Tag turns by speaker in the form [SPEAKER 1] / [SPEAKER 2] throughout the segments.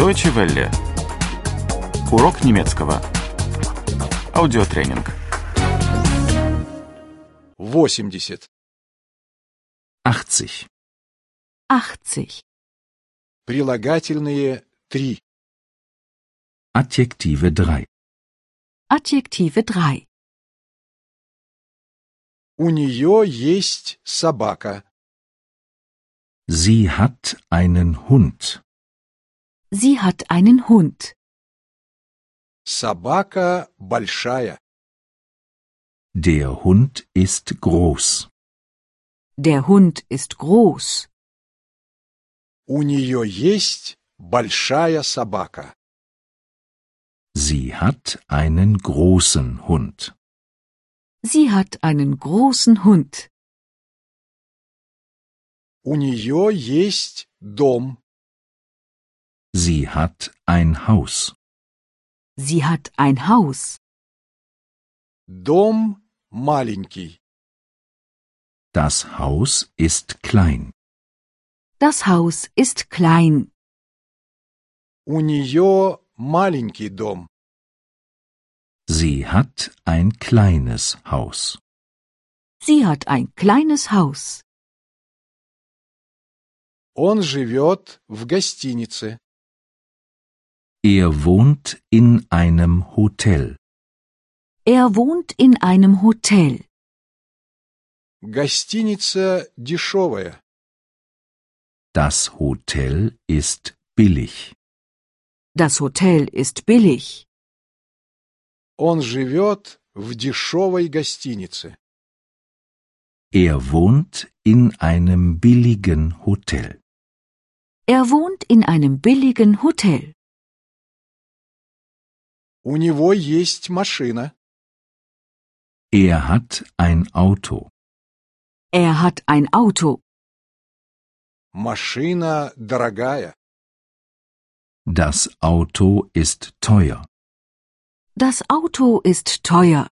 [SPEAKER 1] Deutsche Welle. Урок немецкого. Аудиотренинг.
[SPEAKER 2] 80.
[SPEAKER 3] 80.
[SPEAKER 4] 80.
[SPEAKER 2] Прилагательные 3.
[SPEAKER 3] Adjektive 3.
[SPEAKER 4] Adjektive 3.
[SPEAKER 2] У нее есть собака.
[SPEAKER 3] Sie hat einen Hund.
[SPEAKER 4] Sie hat einen Hund.
[SPEAKER 2] Собака большая.
[SPEAKER 3] Der Hund ist groß.
[SPEAKER 4] Der Hund ist groß.
[SPEAKER 2] У нее есть большая собака.
[SPEAKER 3] Sie hat einen großen Hund.
[SPEAKER 4] Sie hat einen großen Hund.
[SPEAKER 2] У нее есть дом.
[SPEAKER 3] Sie hat ein Haus.
[SPEAKER 4] Sie hat ein Haus.
[SPEAKER 2] Дом маленький.
[SPEAKER 3] Das Haus ist klein.
[SPEAKER 4] Das Haus ist klein.
[SPEAKER 2] У нее маленький дом.
[SPEAKER 3] Sie hat ein kleines Haus.
[SPEAKER 4] Sie hat ein kleines Haus.
[SPEAKER 2] Он живет в гостинице.
[SPEAKER 3] Er wohnt in einem Hotel.
[SPEAKER 4] Er wohnt in einem Hotel.
[SPEAKER 2] Гостиница дешевая.
[SPEAKER 3] Das Hotel ist billig.
[SPEAKER 4] Das Hotel ist billig.
[SPEAKER 2] Он живет в дешевой гостинице.
[SPEAKER 3] Er wohnt in einem billigen Hotel.
[SPEAKER 4] Er wohnt in einem billigen Hotel.
[SPEAKER 2] У него есть машина.
[SPEAKER 3] Er hat ein Auto.
[SPEAKER 4] Er hat ein Auto.
[SPEAKER 2] Машина дорогая.
[SPEAKER 3] Das Auto ist teuer.
[SPEAKER 4] Das Auto ist teuer.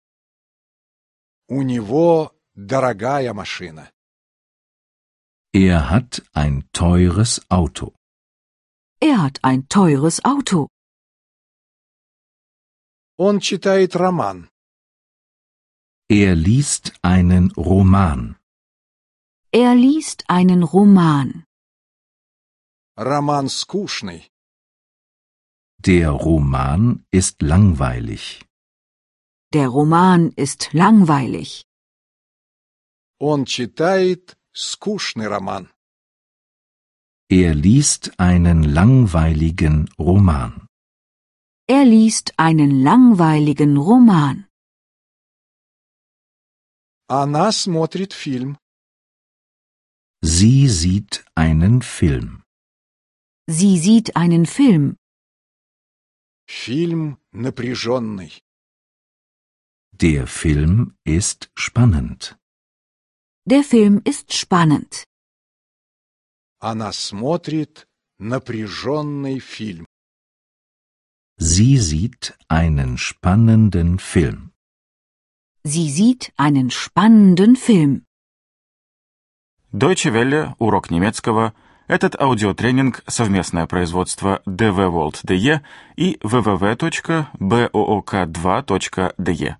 [SPEAKER 2] У него дорогая машина.
[SPEAKER 3] Er hat ein teures Auto.
[SPEAKER 4] Er hat ein teures Auto.
[SPEAKER 2] Он читает роман.
[SPEAKER 3] Er liest einen Roman.
[SPEAKER 4] Er liest einen Roman.
[SPEAKER 2] Роман скучный.
[SPEAKER 3] Der Roman ist langweilig.
[SPEAKER 4] Der Roman ist langweilig.
[SPEAKER 2] Он читает скучный роман.
[SPEAKER 3] Er liest einen langweiligen Roman.
[SPEAKER 4] Er liest einen langweiligen Roman.
[SPEAKER 2] Она смотрит фильм.
[SPEAKER 3] Sie sieht einen Film.
[SPEAKER 4] Sie sieht einen Film.
[SPEAKER 2] Фильм напряженный.
[SPEAKER 3] Der Film ist spannend.
[SPEAKER 4] Der Film ist spannend.
[SPEAKER 2] Она смотрит напряженный фильм.
[SPEAKER 3] Sie sieht einen spannenden Film.
[SPEAKER 4] Sie sieht einen spannenden Film.
[SPEAKER 1] Deutsche Welle. Урок немецкого. Этот аудиотренинг – совместное производство DW World DE и www.book2.de.